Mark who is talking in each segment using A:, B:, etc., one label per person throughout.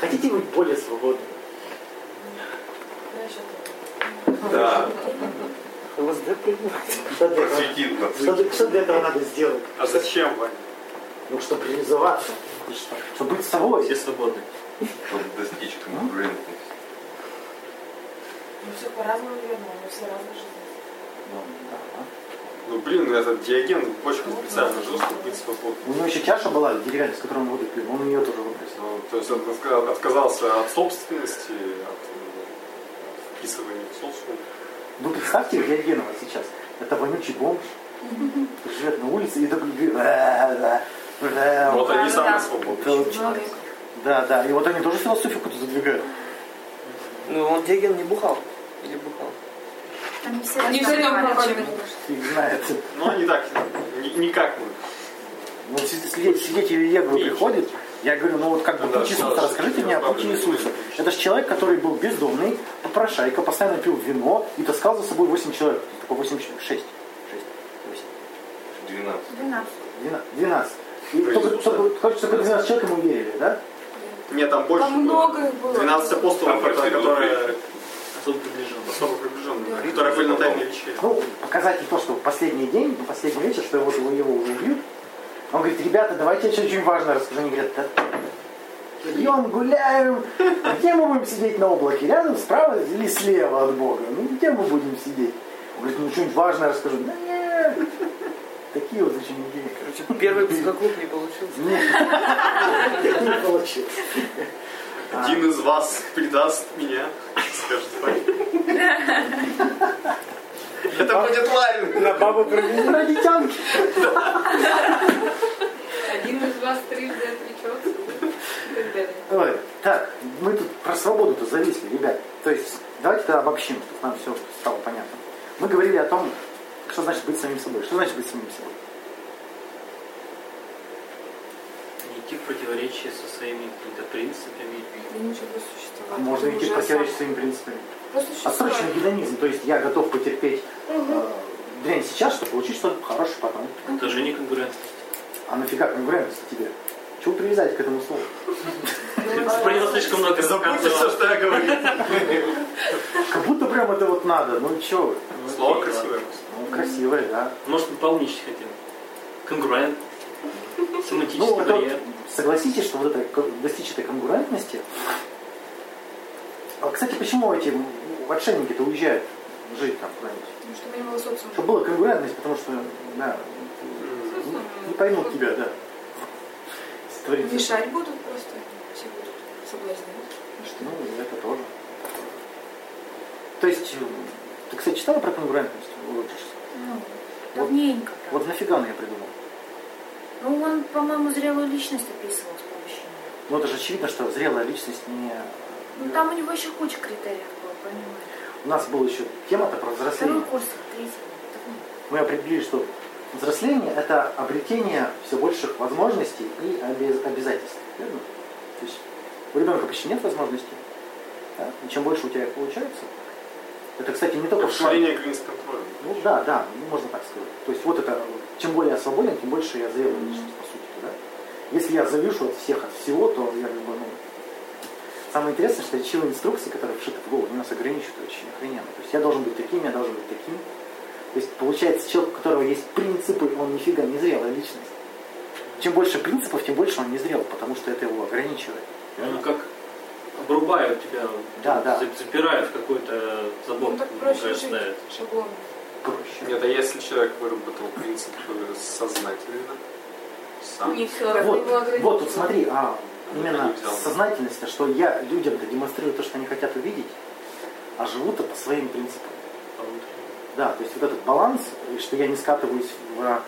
A: Хотите быть более свободным?
B: Да,
A: Вас да принимать. Что для этого-
B: просветит нас.
A: что для- что для этого надо сделать?
C: А зачем, Ваня?
A: Ну, чтобы реализоваться, чтобы быть собой.
D: Ну Все свободны.
B: Чтобы достичь конкурентности.
E: Ну, все по-разному верно, но все разные жизни.
A: Ну, да.
C: Ну блин, этот диаген в бочку специально жил, чтобы быть свободным.
A: У него еще чаша была деревянная, с которой он воду пил, он ее тоже выбросил.
C: Ну, то есть он отка- отказался от собственности, от, э, вписывания в социум.
A: Вы Ну, представьте Диогенова сейчас. Это вонючий бомж. Живет на улице и Э, такой...
C: Вот
E: да.
C: они самые свободные.
E: Человек.
A: Э, Да, да. И вот они тоже философию какую-то задвигают.
D: Ну, он Деген не бухал. Или бухал?
F: Они все
E: Они
F: разные,
E: все там
F: Валя,
E: попали.
F: чем-
A: Фиг знает.
C: Ну они так, ни- никак мы.
A: Ну, си- си- свидетель Иеговы
C: Видишь.
A: приходит, я говорю, ну вот как бы
C: Ну да,
A: путь
C: что
A: Иисуса,
C: ж,
A: расскажите
C: я
A: мне о пути
C: правда не
A: Иисуса.
C: знаю.
A: Это же человек, который был бездомный, попрошайка, постоянно пил вино и таскал за собой 8 человек. Только 8, 6, 6,
B: 12.
F: 12.
A: 8, 12. И
C: Про
A: только,
C: Иисуса?
A: только, короче, только 12 человек ему верили, да?
C: Мне там больше
E: Там много их было.
C: 12 апостолов,
B: Там почти
C: которые
B: двое.
D: Особо приближен.
C: особо приближенные, которые были на тайной вечере.
A: Ну, показатель то, что в последний день, в последний вечер, что его, его, его уже бьют, он говорит, ребята, давайте я что-то очень важное расскажу. Они говорят, да, пьем, гуляем, где мы будем сидеть на облаке? Рядом, справа или слева от Бога? Ну, где мы будем сидеть? Он говорит, ну, что-нибудь важное расскажу. Да нет. Такие вот ученики.
D: Короче, первый психоклуб не получился.
A: Такие не получилось.
C: Один из вас предаст меня, скажет Ваня. Это будет лайн.
A: На бабу провели на детянке.
E: Один из вас трижды отречется. и так далее.
A: Ой, так, мы тут про свободу-то зависли, ребят. То есть, давайте тогда обобщим, чтобы нам все стало понятно. Мы говорили о том, что значит быть самим собой. Что значит быть самим собой?
D: Не идти в противоречие со своими какими-то принципами.
E: Да ничего не существует. Ну,
A: Можно
E: Это
A: идти в
E: уже
A: противоречие
E: сам-
A: своим принципам.
E: Просто существовать.
A: Отсроченный гедонизм, то есть я готов потерпеть э, дрянь сейчас, чтобы получить что-то хорошее потом.
D: Это же не конкурентность.
A: А нафига конкурентность тебе? Чего привязать к этому слову?
D: Ты про него слишком много
C: Забудьте все,
D: рассказывал.
C: что я говорил.
A: Как будто прям это вот надо. Ну чё вы?
D: Ну,
C: Слово
D: окей,
C: красивое.
A: Ну, красивое, да.
D: ладно. Может, дополнить хотим. Конгруент. Семантический
A: Ну, это вот
D: барьер.
A: согласитесь, что вот это ко- достичь этой конкурентности. А, кстати, почему эти м, отшельники-то уезжают жить там куда-нибудь?
E: Потому что у меня было социум.
A: Чтобы была конкурентность, потому что, да,
E: Социум,
A: не поймут тебя, да. Створится.
E: Мешать будут просто. Все будут соблазнять. Ну что?
A: Ну, и это тоже. То есть, м, ты, кстати, читала про конкурентность? Вот,
F: Ну,
A: Вот-
F: давненько. правда.
A: вот нафига он ее придумал?
F: Ну, он, по-моему, зрелую личность описывал с помощью него.
A: Ну, это же очевидно, что зрелая личность не...
F: Ну, там у него еще куча критериев было, понимаешь.
A: У нас была еще тема-то про взросление.
F: Второй курс, третий. Так, ну,
A: мы определили, что взросление – это обретение все больших возможностей и обе- обязательств. Верно? То есть у ребенка почти нет возможностей. да? И чем больше у тебя их получается, это, кстати, не только в плане...
C: Расширение границ контроля.
A: Ну да, да, ну, можно так сказать. То есть вот это, вот, чем более я свободен, тем больше я зрелая личность, по сути. Да? Если я завишу от всех, от всего, то я как бы, ну... Самое интересное, что речевые инструкции, которые вшиты в голову, они нас ограничивают очень охрененно. То есть я должен быть таким, я должен быть таким. То есть получается, человек, у которого есть принципы, он нифига не зрелая личность. Чем больше принципов, тем больше он не зрел, потому что это его ограничивает.
D: Ну, как обрубают тебя,
A: Да, да.
D: за- запирают в какой-то забор,
E: Ну, так
D: мне
E: проще
D: кажется,
E: жить.
D: ставят.
E: Шаблон.
A: Проще.
C: Нет, а если человек выработал принципы сознательно, сам,
E: Не все.
A: Вот, вот тут смотри, а, именно сознательность, что я людям-то демонстрирую то, что они хотят увидеть, а живут-то по своим принципам.
D: по внутреннему.
A: Да, то есть вот этот баланс, и что я не скатываюсь в,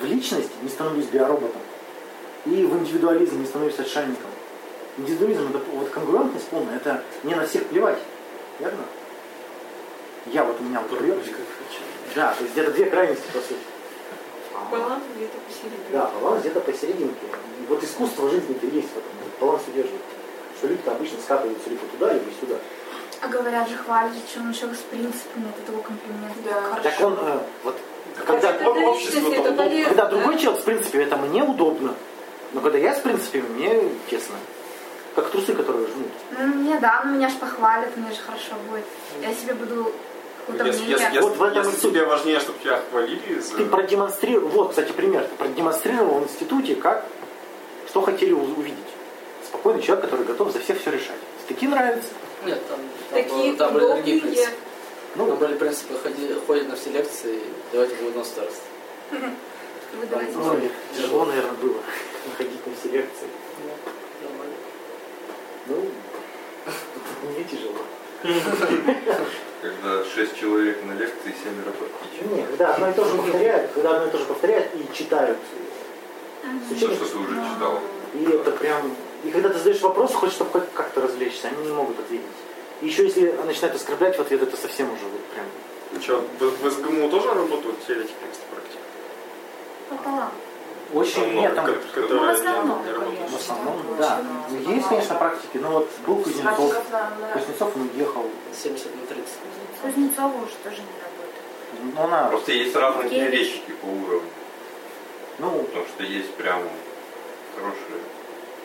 A: в личность, не становлюсь биороботом, и в индивидуализм не становлюсь отшельником. Индивидуализм, это, вот конгруентность полная, это не на всех плевать, верно? Я вот у меня вот плевать.
D: Как хочу.
A: Да, то есть где-то две крайности, по сути.
E: Баланс где-то посередине.
A: Да, баланс где-то посерединке. И вот искусство жизни-то есть в этом, этот баланс удерживает. Что люди-то обычно скатываются либо туда, либо сюда.
F: А говорят же, хвалят, что он человек с принципами, это такой комплимент.
E: Да.
F: Так
A: Так он, э, вот, когда,
E: Это
C: Об- общество
E: личность,
C: там
E: это
C: удобно.
E: болезнь,
A: когда
E: да?
A: другой человек с принципами, это мне удобно. Но когда я с принципами, мне тесно. Как трусы, которые жмут.
G: Ну, мне да, но меня ж похвалят, мне же хорошо будет. Я себе буду
A: Ну,
F: ну,
G: какое-то
C: Если, если-
G: мнение.
C: если-
A: Вот в этом и
C: если
A: суть.
C: тебе важнее, чтобы тебя хвалили э, за...
A: Ты продемонстрировал, вот, кстати, пример, ты продемонстрировал в институте, как, что хотели у- увидеть. Спокойный человек, который готов за всех все решать. Если такие нравятся,
H: Нет, там, там,
E: Такие
H: было- там были другие
E: удобные.
H: принципы.
A: ну,
H: Там были принципы, ходи, ходят на все лекции, давайте будем на старость.
G: Вы давайте.
A: ну, и тяжело, наверное, было ходить на все лекции.
H: Нормально.
A: Ну, мне тяжело.
B: Когда шесть человек на лекции, семеро подписчиков.
A: Ну, Нет, когда одно и то же повторяют, когда одно и то же повторяют и читают с
B: То,
A: учебников,
B: Ну, что ты уже читал.
A: И это прям... И когда ты задаешь вопрос, хочешь, чтобы хоть как-то развлечься, они не могут ответить. И еще если начинают оскорблять в ответ, это совсем уже вот прям...
C: Ну чё, в, в СГМУ тоже работают теоретики вместо практики?
F: Пополам.
A: Очень... Э, Нет, там...
C: ко- которые
F: Ну, в
C: не-
F: основном,
C: не работают.
A: В основном, да. Ну, Есть, конечно, практики, но вот был Кузнецов.
E: Практиков на- на-
A: Кузнецов, он уехал.
H: 70 на 30.
F: Кузнецова уже тоже не работает.
A: Но ну, она...
B: Просто есть разные
F: Окей.
B: теоретики по уровню.
A: Ну,
B: Потому что есть прям хорошие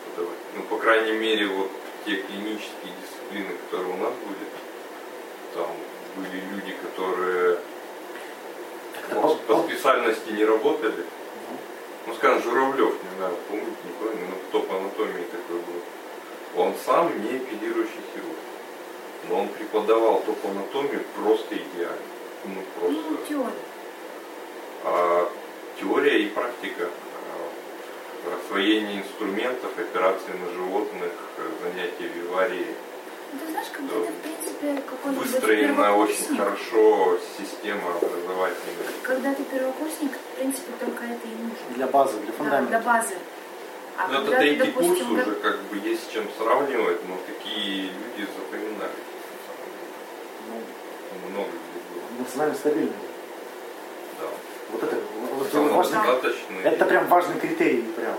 B: преподаватели. Ну, по крайней мере, вот те клинические дисциплины, которые у нас были, там были люди, которые
A: как-то
B: по,
A: по-
B: по специальности не работали. Ну, скажем, Журавлев, не знаю, помните, не помню, но кто по анатомии такой был. Он сам не оперирующий хирург. Но он преподавал топ анатомию просто идеально. Ну, просто.
F: Ну, теория.
B: А теория и практика а, освоение инструментов, операции на животных, э, занятия в виварии
F: Ну, ты знаешь, как будто, в принципе, какой-нибудь
B: выстроена очень
F: первокурсник,
B: хорошо система образовательная.
F: Когда ты первокурсник, в принципе, только это и нужно.
A: для базы, для
F: Да, для
A: фундамента.
F: базы. А
B: Но Ну, это
F: когда ты,
B: третий курс
F: допустим,
B: уже, как бы есть с чем сравнивать, но такие люди запоминали. Много людей было.
A: Ну, Эмоционально стабильный.
B: Да.
A: Вот это... вот это важно.
B: Самодостаточные.
A: Это прям важный критерий, прям.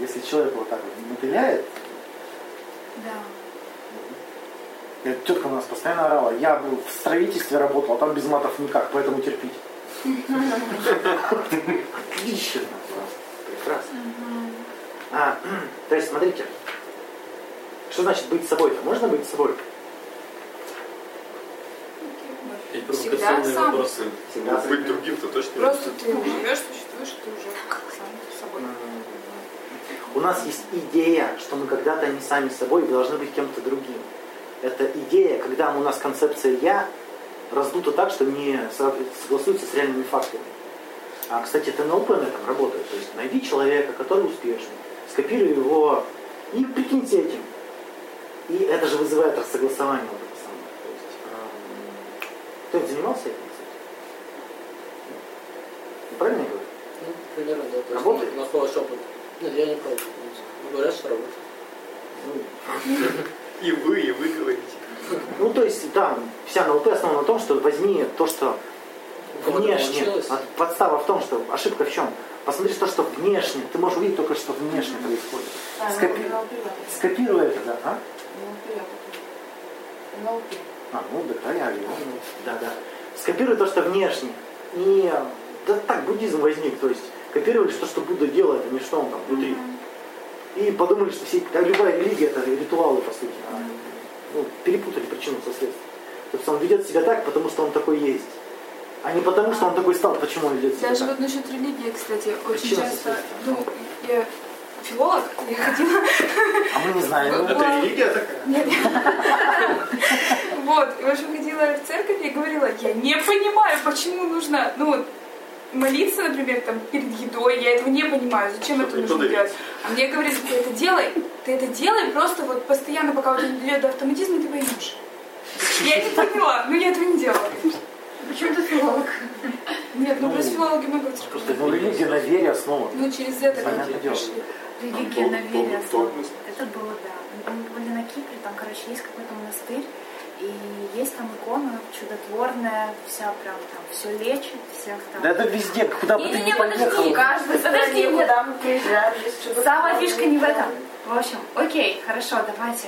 A: Если человек вот так вот мотыляет,
F: да.
A: э, тетка у нас постоянно орала, я был в строительстве работал, а там без матов никак, поэтому терпите. Отлично. Прекрасно. А, то есть, смотрите, что значит быть собой-то? Можно быть собой?
D: Эти
E: Всегда
D: провокационные
E: сам.
D: вопросы.
A: Всегда с
C: Быть другим-то точно не
E: Просто ты живешь, существуешь, ты уже сам собой.
A: У нас есть идея, что мы когда-то не сами собой и должны быть кем-то другим. Это идея, когда у нас концепция «я» раздута так, что не со- согласуется с реальными фактами. А, кстати, это НЛП на этом работает. То есть найди человека, который успешный, скопируй его и прикиньте этим. И это же вызывает рассогласование вот это самое. То есть, эм, кто-нибудь занимался этим, кстати? Я Правильно я говорю?
H: Ну, примерно, да. То есть
A: Работает?
H: на холод опыт. Нет, я не пробовал. не знаю. Ну, Говорят, что работает.
A: Ну,
C: И вы, и вы говорите.
A: Ну, то есть, да, вся НЛП основана на том, что возьми то, что
H: У кого-то
A: внешне.
H: получилось.
A: А Подстава в том, что ошибка в чем? Посмотри, то, что внешне. Ты можешь увидеть только, что внешне происходит.
E: Да, ну,
A: Скопи-
E: НЛП, да.
A: Скопируй это, да, а?
E: НЛП. НЛП.
A: А, ну, да, да, я вижу. Да, да. Скопируй то, что внешне. И э, да так буддизм возник. То есть копировали то, что Будда делает, а не что он там внутри. И подумали, что все, да, любая религия это ритуалы, по сути. А, ну, перепутали причину со следствием. То есть он ведет себя так, потому что он такой есть. А не потому, что он такой стал, почему он ведет себя
I: Даже
A: так.
I: вот насчет религии, кстати, очень
A: Причина
I: часто,
A: следствия.
I: ну, я филолог, я ходила,
A: А мы не знаем.
I: Вот.
C: Это религия такая?
I: вот, и, в общем, ходила в церковь и говорила, я не понимаю, почему нужно, ну, вот, молиться, например, там, перед едой, я этого не понимаю, зачем
C: Чтобы
I: это
C: не
I: нужно
C: подавиться.
I: делать. А мне говорят, ты это делай, ты это делай, просто вот постоянно, пока у тебя не дойдет до автоматизма, ты поймешь. Я не поняла, но я этого не делала.
G: Почему ты филолог?
I: Нет, ну,
A: Ну,
I: просто филологи могут.
A: Просто ну, религия на вере основана.
I: Ну, через это
A: Понятно
I: как-то
A: дело.
I: пришли.
F: Религия
C: Тог-
F: на вере
C: тог-
F: основана.
C: тогмус.
F: Это было, да. Мы были на Кипре, там, короче, есть какой-то монастырь, и есть там икона чудотворная, вся прям там, все лечит, всех там.
A: Да это везде, куда бы ты ни
F: Не-не-не, подожди,
A: поехал.
E: Каждый
F: Подожди,
E: стране,
F: нет.
E: куда мы приезжаем, есть что-то
F: Самая
E: такое.
F: фишка не в этом. В общем, окей, хорошо, давайте.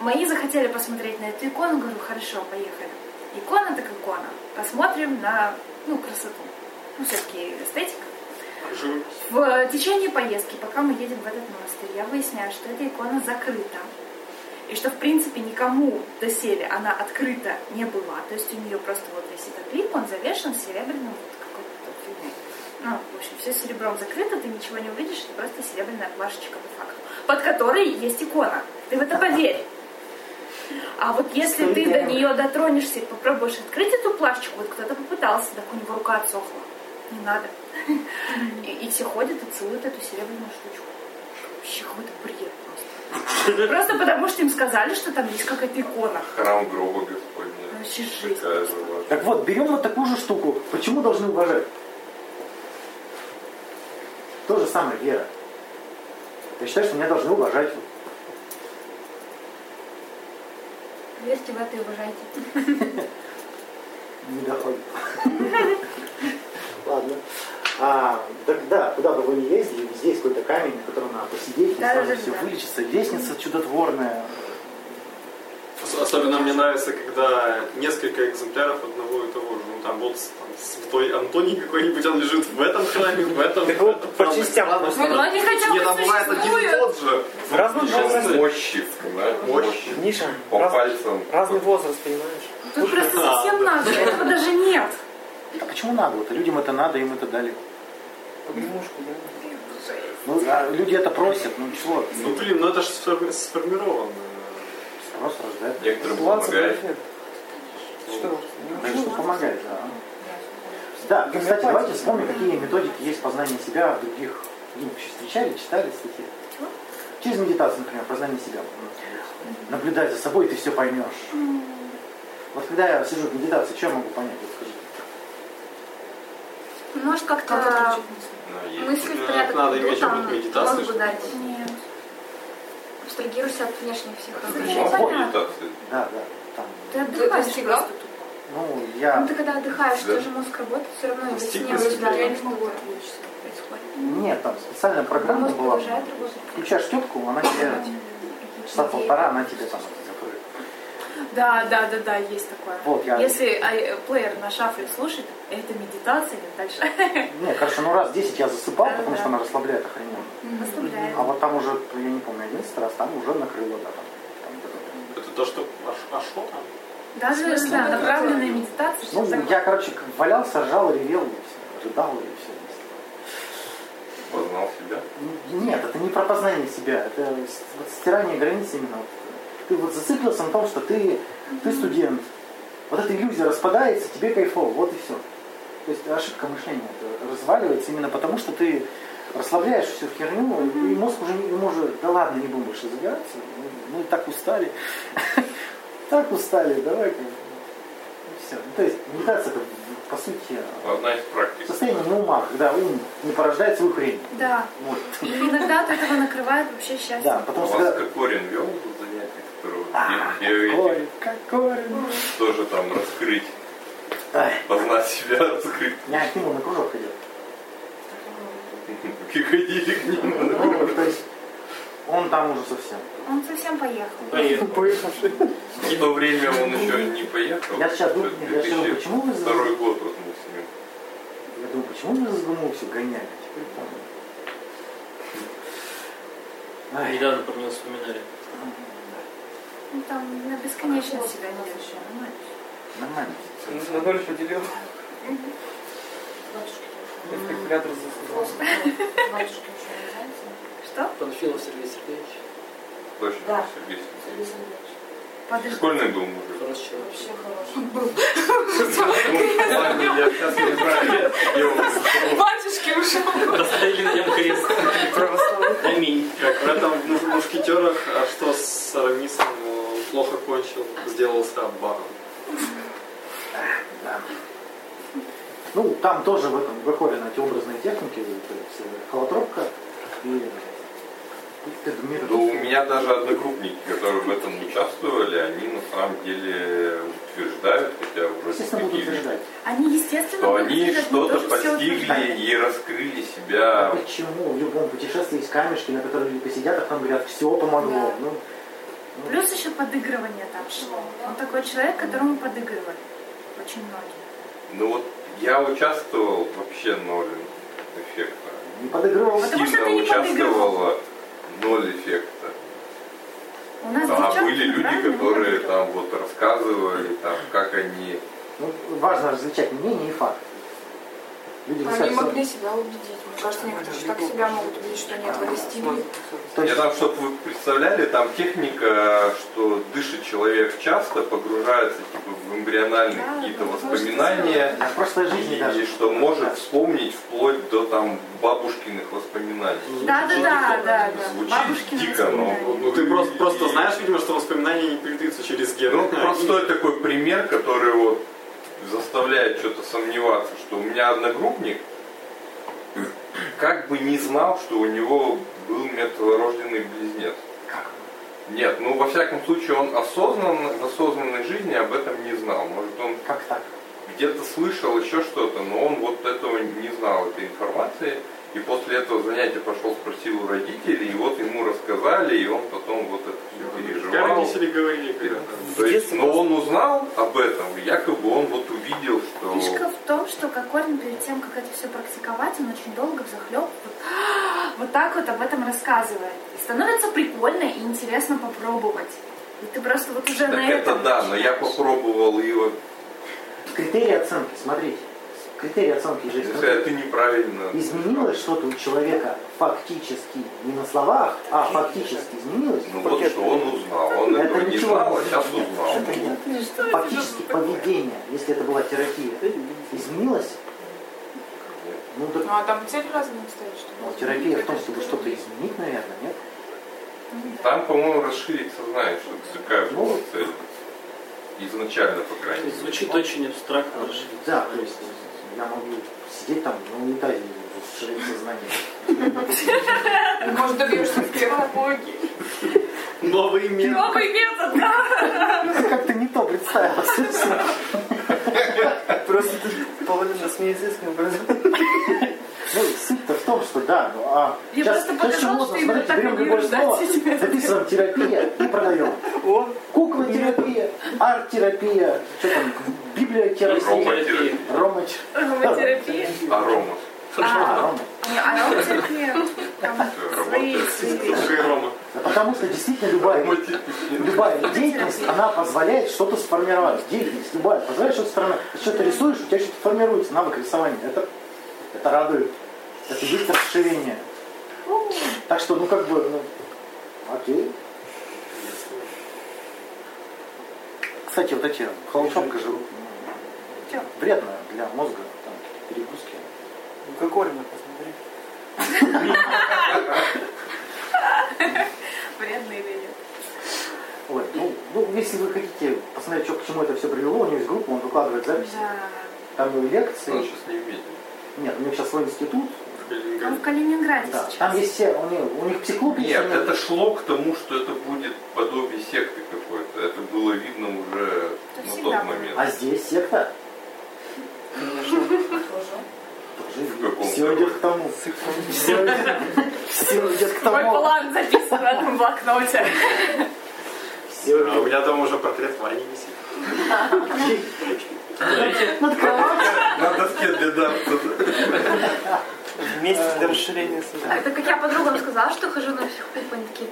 F: Мои захотели посмотреть на эту икону, говорю, хорошо, поехали. Икона так икона. Посмотрим на, ну, красоту. Ну, все-таки эстетика.
C: Жир.
F: В течение поездки, пока мы едем в этот монастырь, я выясняю, что эта икона закрыта. И что, в принципе, никому доселе она открыта не была. То есть у нее просто вот весь этот лик, он завешен серебряным вот какой-то фигней. Ну, в общем, все серебром закрыто, ты ничего не увидишь, это просто серебряная плашечка по факту, под которой есть икона. Ты в это поверь. А вот если ты до нее дотронешься и попробуешь открыть эту плашечку, вот кто-то попытался, так у него рука отсохла. Не надо. И, и все ходят и целуют эту серебряную штучку. Вообще какой-то бред просто. Просто потому, что им сказали, что там есть какая-то икона. Ну,
B: Храм гроба Господня.
F: Вообще жесть.
B: Такая же важная.
A: Так вот, берем вот такую же штуку. Почему должны уважать? То же самое вера. Я считаю, что меня должны уважать.
G: Верьте в это и уважайте.
A: Не доходит. Ладно. А, так да, куда бы вы ни ездили, везде есть какой-то камень, на котором надо посидеть, и
F: Да,
A: сразу
F: да,
A: все
F: да.
A: вылечится. Лестница чудотворная.
C: Ос- Особенно мне нравится, когда несколько экземпляров одного и того же. Ну там вот с- там, святой Антоний какой-нибудь, он лежит в этом храме, в этом. в этом
A: по
C: храме.
A: частям
C: Ладно,
A: просто.
C: ладно.
I: Ну, они хотя бы
C: Нет, там бывает один и
I: существуют.
C: тот же.
J: Разный возраст.
C: Путешествие.
B: Ощупь, да? Ощупь.
J: Миша,
B: По
J: раз-
B: пальцам.
J: разный возраст, понимаешь?
F: Тут просто совсем надо, этого даже нет.
A: А почему надо? Вот людям это надо, им это дали.
J: Погремушку, да?
A: Ну, а люди это просят, ну чего?
C: Ну блин, ну это же сформировано.
A: Спрос рождает.
B: Некоторым
J: Плацать
B: помогает.
J: эффект. Что?
A: Конечно, помогает, да. Да, ну, кстати, давайте вспомним, какие методики есть познания себя в других книгах. Еще встречали, читали статьи? Через медитацию, например, познание себя. Наблюдай за собой, и ты все поймешь. Вот когда я сижу в медитации, что я могу понять? Вот скажите.
G: Может
E: Как
G: как-то
E: отключить мысль?
B: Ну, есть.
G: мысли в
C: Э,
G: порядок
C: надо
G: ведут,
C: иметь опыт
G: там
C: медитации,
G: мозг
C: чтобы-
G: ударить.
F: Нет.
G: Абстрагируйся от внешних всех
B: Ну,
G: раздражителей.
B: по медитации.
A: Да, да, там.
G: Ты
I: Ты
G: отдыхаешь
I: достигал?
G: просто тут.
A: Ну,
G: Ну,
A: я...
G: ты когда отдыхаешь,
B: Да.
G: тоже мозг работает, все равно его
C: Достиг
G: сильнее
C: высоты.
G: всегда
I: Я не могу.
G: происходит.
A: Нет, там специальная программа
G: Мозг
A: была.
G: продолжает работать.
A: Включаешь тетку, она тебе часа полтора, она тебе там это закроет.
F: Да, да, да, да, есть такое.
A: Вот, я...
F: Если а, э, плеер на шафле слушает, это медитация, идет дальше
A: Не, короче, ну раз 10 я засыпал,
F: Да,
A: потому
F: да.
A: что она расслабляет охрененно.
F: расслабляет.
A: А вот там уже, я не помню, 11 раз, там уже накрыло, да, там. там вот это прям.
C: Это то, что... А, ш- а что там?
F: Даже
G: смысле,
F: да,
G: это
F: направленная медитация, всё
A: Ну,
F: такое.
A: я, короче, как валялся, ржал, ревел, и всё, рыдал, и все.
B: Познал себя.
A: Нет, это не про познание себя, это с- вот стирание границ именно. Вот. Ты вот зациклился на том, что ты, ты студент. Вот эта иллюзия распадается, тебе кайфово, вот и все. То есть ошибка мышления это разваливается именно потому, что ты расслабляешь всю херню, и мозг уже не может, да ладно, не будем больше забираться, мы, мы так устали, так устали, давай-ка. Все. то есть медитация это по сути
B: Одна из практик.
A: состояние не ума, когда ум не порождает свою хрень.
F: Да.
A: Вот.
F: И иногда от этого накрывает вообще счастье.
A: Да,
B: У
A: потому что
B: вас
A: когда...
B: как корень вел тут занятие, которого я- я видел,
A: Корень, как корень.
B: тоже там раскрыть,
A: Ай,
B: познать себя, раскрыть.
A: Я к нему на кружок ходил.
B: Приходили к нему.
A: Ну, то есть он там уже совсем.
F: Он совсем поехал.
D: А
J: Поехавший.
B: В то время он еще не поехал.
A: Я сейчас думаю, я сейчас думаю,
B: 2002
A: почему вы за-
B: год вот мы с ним.
A: Я думаю, почему мы за ГМУ все гоняли? Теперь помню. Ай,
D: Недавно про него вспоминали.
F: Ну, там на бесконечно себя не
A: нормально.
J: Анатолий поделил. Это калькулятор засунул.
E: Батюшки еще не знаете?
F: Что?
H: Панфилов Сергей Сергеевич.
B: Точно,
E: Да.
B: Сергей Сергеевич.
E: Сергей Сергеевич.
F: Подожди.
B: Школьный был мужик.
H: Хороший человек.
E: Вообще хороший.
B: Ну, ладно, я сейчас не знаю. Я его-
I: Батюшки ушел.
D: Поставили на нем крест. Аминь.
C: Как в этом в мушкетерах, а что с Арамисом э, плохо кончил, сделался баром.
A: Да. Ну, там тоже в этом выходят эти образные техники, то есть э, холотропка и э, мир.
B: Ну, у меня даже одногруппники, которые в этом участвовали, они на самом деле утверждают, хотя вроде
A: Естественно, буду
B: такие люди,
A: утверждать.
F: Они, естественно,
B: что
F: будут
B: они
F: бежать, мы
B: что-то
F: тоже всё
B: постигли
F: утверждаем.
B: и раскрыли
A: А
B: себя.
A: почему в любом путешествии есть камешки, на которые люди посидят, а потом говорят, все помогло.
F: Да.
A: Ну,
F: Плюс еще подыгрывание там шло. Он такой человек, которому подыгрывали. Очень многие.
B: Ну вот я участвовал вообще ноль эффекта.
A: Не подыгрывал.
F: Потому что
B: Сильно
F: ты не
B: участвовала, ноль эффекта.
F: У нас
B: а
F: девчонки
B: были люди,
F: правильно
B: которые
F: делают.
B: там вот рассказывали, там, как они
A: Ну, важно различать мнение и факт. Люди
I: Они
A: высказываются-
I: могли себя убедить. Мне кажется, некоторые же так себя могут убедить, что нет, вы достигли. Ну,
A: То
B: Я
A: есть-
B: там, чтобы вы представляли, там техника, что дышит человек часто, погружается типа, в эмбриональные какие-то воспоминания.
A: Да, в прошлой жизни
B: и
A: даже.
B: что может вспомнить вплоть до там бабушкиных воспоминаний.
F: Да, да, да, да, да.
B: Звучит
F: Бабушкины
B: дико, но...
F: воспоминания.
C: Ну ты просто, просто знаешь, видимо, что воспоминания не передаются через гены.
B: Ну, простой такой пример, который вот заставляет что-то сомневаться, что у меня одногруппник как бы не знал, что у него был метророжденный близнец. Нет, ну во всяком случае он осознанно, в осознанной жизни об этом не знал. Может он
A: Как так?
B: где-то слышал еще что-то, но он вот этого не знал, этой информации. И после этого занятия пошел, спросил у родителей, и вот ему рассказали, и он потом вот это все
C: Как
B: переживал.
C: родители говорили, когда
B: То есть, но он узнал об этом, и якобы он вот увидел,
F: Фишка
B: что...
F: в том, что Кокорин перед тем, как это все практиковать, он очень долго взахлеб вот, вот так вот об этом рассказывает. И становится прикольно и интересно попробовать. И ты просто вот уже
B: Так
F: на
B: это
F: этом
B: да, но я
F: начинаешь.
B: попробовал его,
A: Критерии оценки, смотрите. Критерии оценки же есть.
B: если это неправильно.
A: Изменилось что-то у человека фактически, не на словах, а фактически изменилось?
B: Ну вот что он узнал, он
A: Это
B: этого не
A: ничего.
B: знал, а сейчас узнал.
A: Ну, Это нет. Фактически поведение, если это была терапия, изменилось? Ну, так,
I: Ну а там цель разная стоит, что
A: ну, терапия в том, чтобы что-то изменить, наверное, нет?
B: Там, по-моему, расширить сознание, что такая была
A: Ну.
B: цель. Изначально, по крайней мере.
D: Звучит очень абстрактно. расширить
A: Да, то
D: сознание.
A: есть я могу сидеть там на унитазе с шириной сознания.
I: Может, добьешься в психологии.
C: Новый мир.
I: Новый метод, да?
A: Ну, Как-то не то представил.
J: Просто ты половина с неизвестным образованием.
A: Ну, суть-то в том, что да, ну а...
F: Я
A: сейчас
F: просто
A: то,
F: показала,
A: что
F: что
A: можно,
F: именно
A: смотрите,
F: так
A: берем
F: они
A: любое
F: рождаются
A: слово,
F: тебя.
A: записываем терапия и продаем.
J: О,
A: Кукла-терапия, арт-терапия, что там, библиотерапия,
B: Роботерапия.
A: ромач...
E: А, Ароматерапия.
B: Арома.
A: А,
F: А,
A: рома.
F: не, ароматерапия, там свои, свои вещи.
C: Слушай, Рома,
A: Да А потому что действительно любая,
B: Ну, типа,
A: любая деятельность, она позволяет что-то сформировать. Деятельность любая позволяет что-то сформировать. Ты что-то рисуешь, у тебя что-то формируется, навык рисования. Это, это радует. Это есть расширение. Так что, ну как бы, ну, окей. Кстати, вот эти холодчонка же ну, вредно для мозга, там, перегрузки.
J: ну Кокорина, посмотри.
E: Вредно или нет?
A: Ой, ну, ну, если вы хотите посмотреть, что к чему это все привело, у него есть группа, он выкладывает записи,
F: Да.
A: там его лекции.
B: Он ну, сейчас не видит.
A: Нет, у них сейчас свой институт.
C: в
F: Он в
C: Калининграде.
F: Калининграде
A: Да.
F: сейчас.
A: Там есть все, у них, у них психлуб есть,
B: Нет,
A: у них-
B: это шло к тому, что это будет подобие секты какой-то. Это было видно уже
F: Это
B: на
F: всегда
B: тот
F: было.
B: момент.
A: А здесь секта. Тоже.
B: В каком
A: Все
B: роде?
A: идет к тому. Все идет к
E: Твой
A: тому.
E: план записан в этом блокноте.
A: Всё
C: А у
A: идёт-
C: меня там уже портрет Вани висит.
B: На доске для дарта. Э.
J: Вместе для расширения сознания.
G: Это как я подругам сказала, что хожу на психолога, они такие,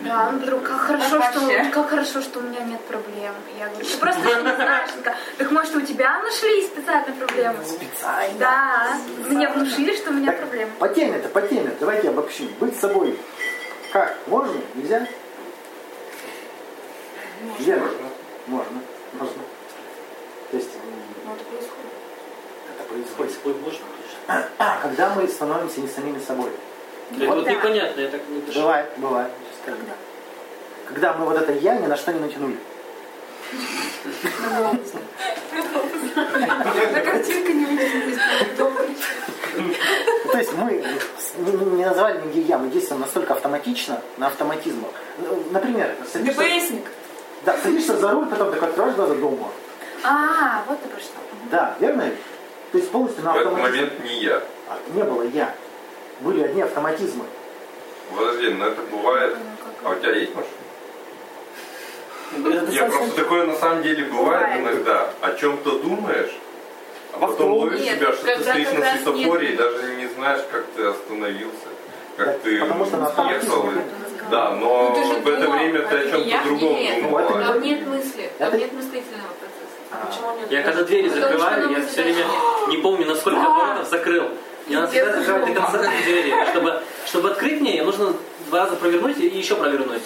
G: да, ну, подруга, как хорошо,
E: Вообще.
G: что, как хорошо, что у меня нет проблем. Я говорю, ты просто ещё не знаешь. Она такая, Так может, у тебя нашлись специальные проблемы?
A: Специально.
G: Да, мне внушили, что у меня проблемы.
A: По теме-то, по теме. Давайте обобщим. Быть собой. Как? Можно? Нельзя? Лена, Можно. Можно. То есть м,
I: Ну, это происходит.
A: это
D: Хоть
A: происходит.
D: Спой можно, конечно.
A: А когда мы становимся не самими собой.
D: Да
F: Вот
D: Тут
F: да.
D: непонятно, я так не дышал.
A: Бывает, бывает. Сейчас скажу.
F: Когда?
A: Когда мы вот это я ни на что не натянули.
I: На картинка не выглядит добрый.
A: Ну, То есть мы не, не- не назвали нигде я, мы действуем настолько автоматично, на автоматизмах. Ну, Например, садишься,
I: ДПСник.
A: да, садишься за руль, потом так откроешь глаза дома.
F: А, вот ты про что.
A: Да, верно? ведь? То есть полностью
B: В
A: на
B: этот
A: автоматизме.
B: момент не я.
A: А, Не было я. Были одни автоматизмы.
B: Подожди, но это бывает.
G: ну,
B: А у тебя есть машина?
J: Это
B: Я
J: совсем-
B: просто такое на самом деле бывает
F: Бывает.
B: иногда. О чем-то думаешь, а
J: Во
B: потом
J: втором.
B: ловишь
E: Нет,
B: себя, что ты
E: когда
B: стоишь
E: как
B: на
E: раз нет.
B: светофоре и даже не знаешь, как ты остановился, как
A: Да,
B: ты
A: потому что она
B: ехал.
A: автоматически
B: и-
A: как-то
B: Да, но
K: Ну, ты же
B: в это
K: думал,
B: время ты
K: а
B: о
K: ты
B: чем-то
K: я
B: другом
K: нет.
B: думал. а-
K: Там нет мысли, там
A: Это-
K: нет мыслительного
A: А.
K: процесса.
D: Я когда двери
K: Потому что
D: закрываю,
K: она А!
D: я все время не помню, насколько
K: Да.
D: оборотов закрыл. Я надо всегда держать до конца этой двери. Чтобы, чтобы открыть мне, ее нужно два раза провернуть и еще провернуть.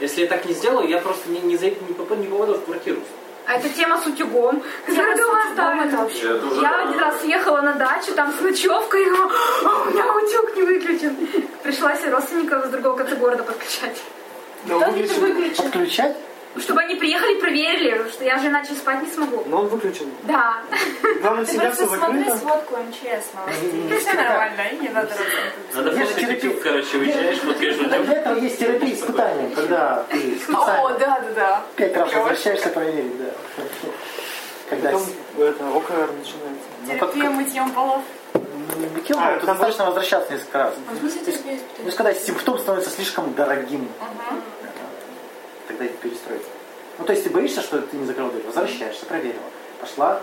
D: Если я так не сделаю, я просто не, не, зайду, не, попаду, не попаду в квартиру.
G: А это тема с утюгом, которая дома оставлена.
D: вообще- Это уже
G: Я
D: да.
G: один раз ехала на дачу, там с ночевкой, и думала, «А, у меня утюг не выключен. Пришлось родственников из другого конца города подключать.
J: Но он
G: Кто-то это
J: выключен.
G: выключил.
A: Подключать?
G: Чтобы они приехали и проверили, потому что я же иначе спать не смогу.
J: Но он выключен.
G: Да.
D: Ну,
J: Главное,
E: Ты
J: всегда
E: просто
J: все
E: смотри
J: закрыто.
E: сводку МЧС новостей. Все нормально, и не надо работать.
D: Надо
A: Есть
D: просто
A: терапевт.
D: YouTube, короче, уезжаешь, вот, конечно,
A: Для этого есть терапия испытания, когда ты
E: О,
A: специально
E: да, да, да.
A: пять раз
E: Клёво.
A: возвращаешься проверить, да. Когда
J: Потом это, ОКР начинается.
A: Ну,
E: Терапия мытьем полов.
A: Митьё
J: А,
A: бывает,
J: это
A: достаточно возвращаться несколько раз.
K: А в смысле терапия
A: То есть
K: испытания?
A: когда симптом становится слишком дорогим,
E: Мгм.
A: тогда это перестроить. Ну, то есть ты боишься, что ты не закрыл дверь, возвращаешься, проверила. Пошла,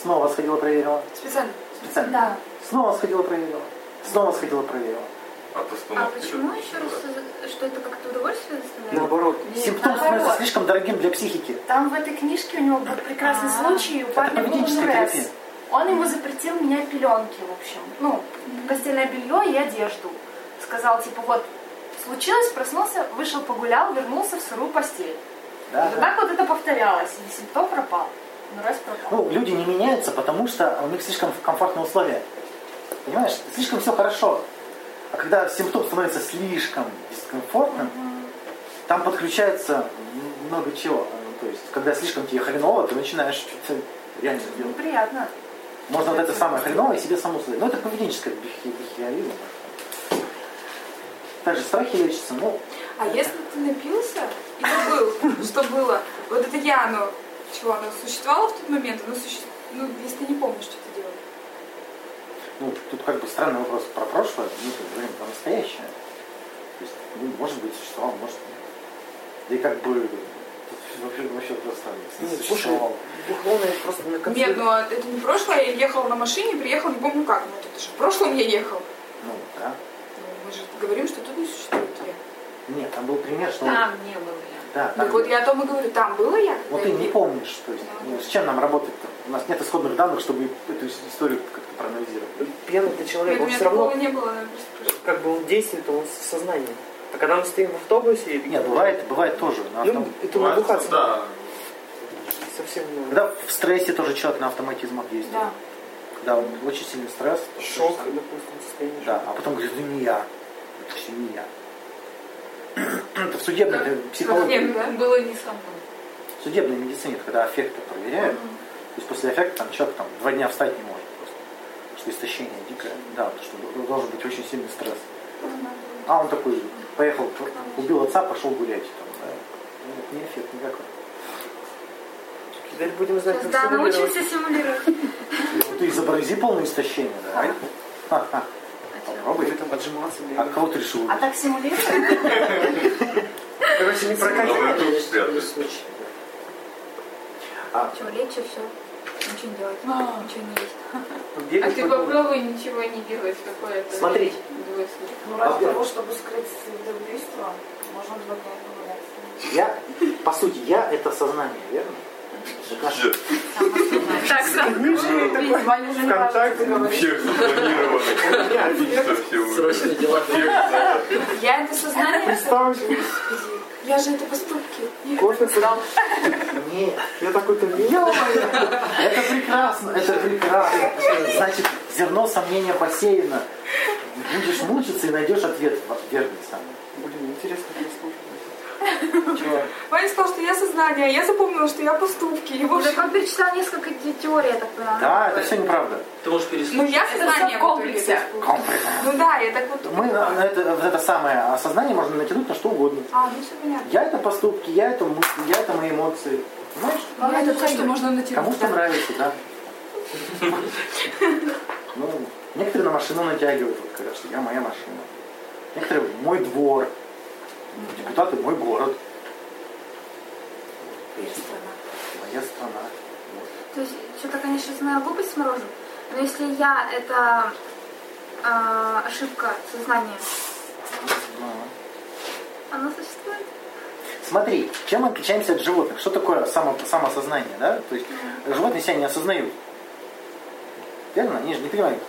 A: снова сходила, проверила.
K: Специально.
A: Специально.
G: Да.
A: Снова сходила, проверила. Снова сходила, проверила.
B: От
G: А
B: остановки.
G: почему еще раз, что это как-то
D: Ну,
G: удовольствие доставляет?
J: Наоборот.
E: Нет,
A: Симптом
K: а
E: наоборот.
A: становится слишком дорогим для психики.
E: Там в этой книжке у него был прекрасный
G: А.
E: случай, у парня был
A: поведенческая
E: МРС.
A: терапия.
E: Он ему запретил менять пеленки, в общем. Ну, постельное белье и одежду. Сказал, типа, вот, случилось, проснулся, вышел погулял, вернулся в сырую постель.
A: Да,
K: А
E: И вот
A: да.
E: так вот это повторялось, и симптом пропал. Ну, раз пропал.
A: Ну, люди не меняются, потому что у них слишком комфортные условия. Понимаешь, слишком все хорошо. А когда симптом становится слишком дискомфортным, там подключается м- много чего. Ну, То есть, когда слишком тебе хреново, ты начинаешь что-то реально делать.
E: Неприятно.
A: Можно вот это самое хреновое себе саму создать. Но это поведенческое бихе- бихеоризм. Также страхи лечатся, ну,
I: А если ты напился и забыл, что было, вот это я, оно, чего оно существовало в тот момент, оно суще- ну, если ты не помнишь, что ты делал.
A: ну, тут как бы странный вопрос про прошлое, мы тут говорим про настоящее. То есть, ну, может быть, существовал, может нет. Да и как бы тут вообще, вообще вопрос странный.
J: Нет,
A: Существовал.
J: Духовное просто на конце.
I: Нет, ну а это не прошлое, я ехала на машине, приехала, не помню как, но это же в прошлом я ехал.
A: Ну, да.
I: Ну, мы же говорим, что тут не существует я.
A: Нет, там был пример, что...
K: Там не было я.
A: Да,
I: Так
A: там-
I: вот я о том и говорю, там было я.
A: А Вот ты не помнишь, то есть, ну, с чем нам работать-то? У нас нет исходных данных, чтобы эту историю как-то проанализировать.
J: Пьяный-то человек,
I: ну, Нет, у
J: он
I: меня
J: все равно,
I: такого не было, наверное, просто прошлое.
J: как бы он действует, он в сознании. А когда мы стоим в автобусе... и-
A: Нет, бывает, бывает тоже. На
J: Ну,
A: автом-
J: это набухаться.
C: а Да.
J: Совсем ну,
A: Когда в стрессе тоже человек на автоматизмах ездит.
I: Да.
A: Когда он очень сильный стресс. то
J: Шок,
A: то же
J: допустим, состояние
A: самое. Да, а
J: шока.
A: потом говорит, это не я. Это все не я. Это в судебной э, психологии,
I: Нет, да?
K: Было не со мной.
A: в судебной медицине, это когда аффекты проверяют. То есть после аффекта там человек там два дня встать не может просто. Потому что истощение дикое. Да, потому что должен быть очень сильный стресс. А он такой поехал, убил отца, пошел гулять. Там, да. Ну, это не эффект никакой.
J: Теперь будем знать, как
G: Да,
J: симулировать.
G: научимся симулировать.
A: Ну, Ты изобрази полное истощение, да? Ха-ха.
J: Или
A: Попробуй.
J: там отжиматься. или-
A: А кого ты решил?
E: А так симулирует?
J: Короче, не
B: Давай
J: прокатит.
B: тут спрятать.
D: А?
G: Чего лечь и все. Ничего не делать.
K: А.
G: Ничего не есть.
K: А
J: Бегать
K: ты
J: по городу.
K: попробуй ничего не делать, какое это.
J: Смотри.
K: двоесмыслие.
E: Ну, ради
J: Во-первых.
E: того, чтобы скрыть самоубийство, можно два дня погулять.
A: Я, по сути, я это сознание, верно? Это наше-
G: Так,
J: Нижний такой.
E: Ну, Ваня уже не важно,
J: ВКонтакте,
E: что говорит.
B: Всех запланированных. убийств всего.
H: Срочные дела.
I: Я это сознание,
J: Представь,
I: я же это поступки.
J: кофе сдал.
A: Нет.
J: Я такой-то
A: Это прекрасно, это прекрасно. Значит, зерно сомнения посеяно. Будешь мучиться и найдешь ответ в верный самый.
J: Блин, интересно послушать.
A: Чего?
I: Ваня сказал, что я сознание, а я запомнила, что я поступки. И, в
G: Ну,
I: общем,
G: так он перечитал несколько те- теорий, я так понимаю.
A: Да, это все неправда.
D: Ты можешь переслушать.
I: Ну, я
E: Это
I: сознание
E: всё в комплексе.
I: в итоге. Ну да, я так вот...
A: Мы на на это, вот это самое осознание можно натянуть на что угодно.
I: А, ну все понятно.
A: Я это поступки, я это мысли, я это мои эмоции. Понимаешь?
K: Ну, это то, что можно
A: Кому
K: натянуть.
A: что нравится, да. Ну, некоторые на машину натягивают, вот, говорят, что я моя машина. Некоторые мой двор. Депутаты мой город. Моя страна. Вот.
G: То есть, что-то, конечно, знаю глупость с морозом, но если я это а, ошибка сознания,
A: Ну.
G: она существует?
A: Смотри, чем мы отличаемся от животных? Что такое само, самосознание, да? То есть животные себя не осознают. Верно? Они же не понимают.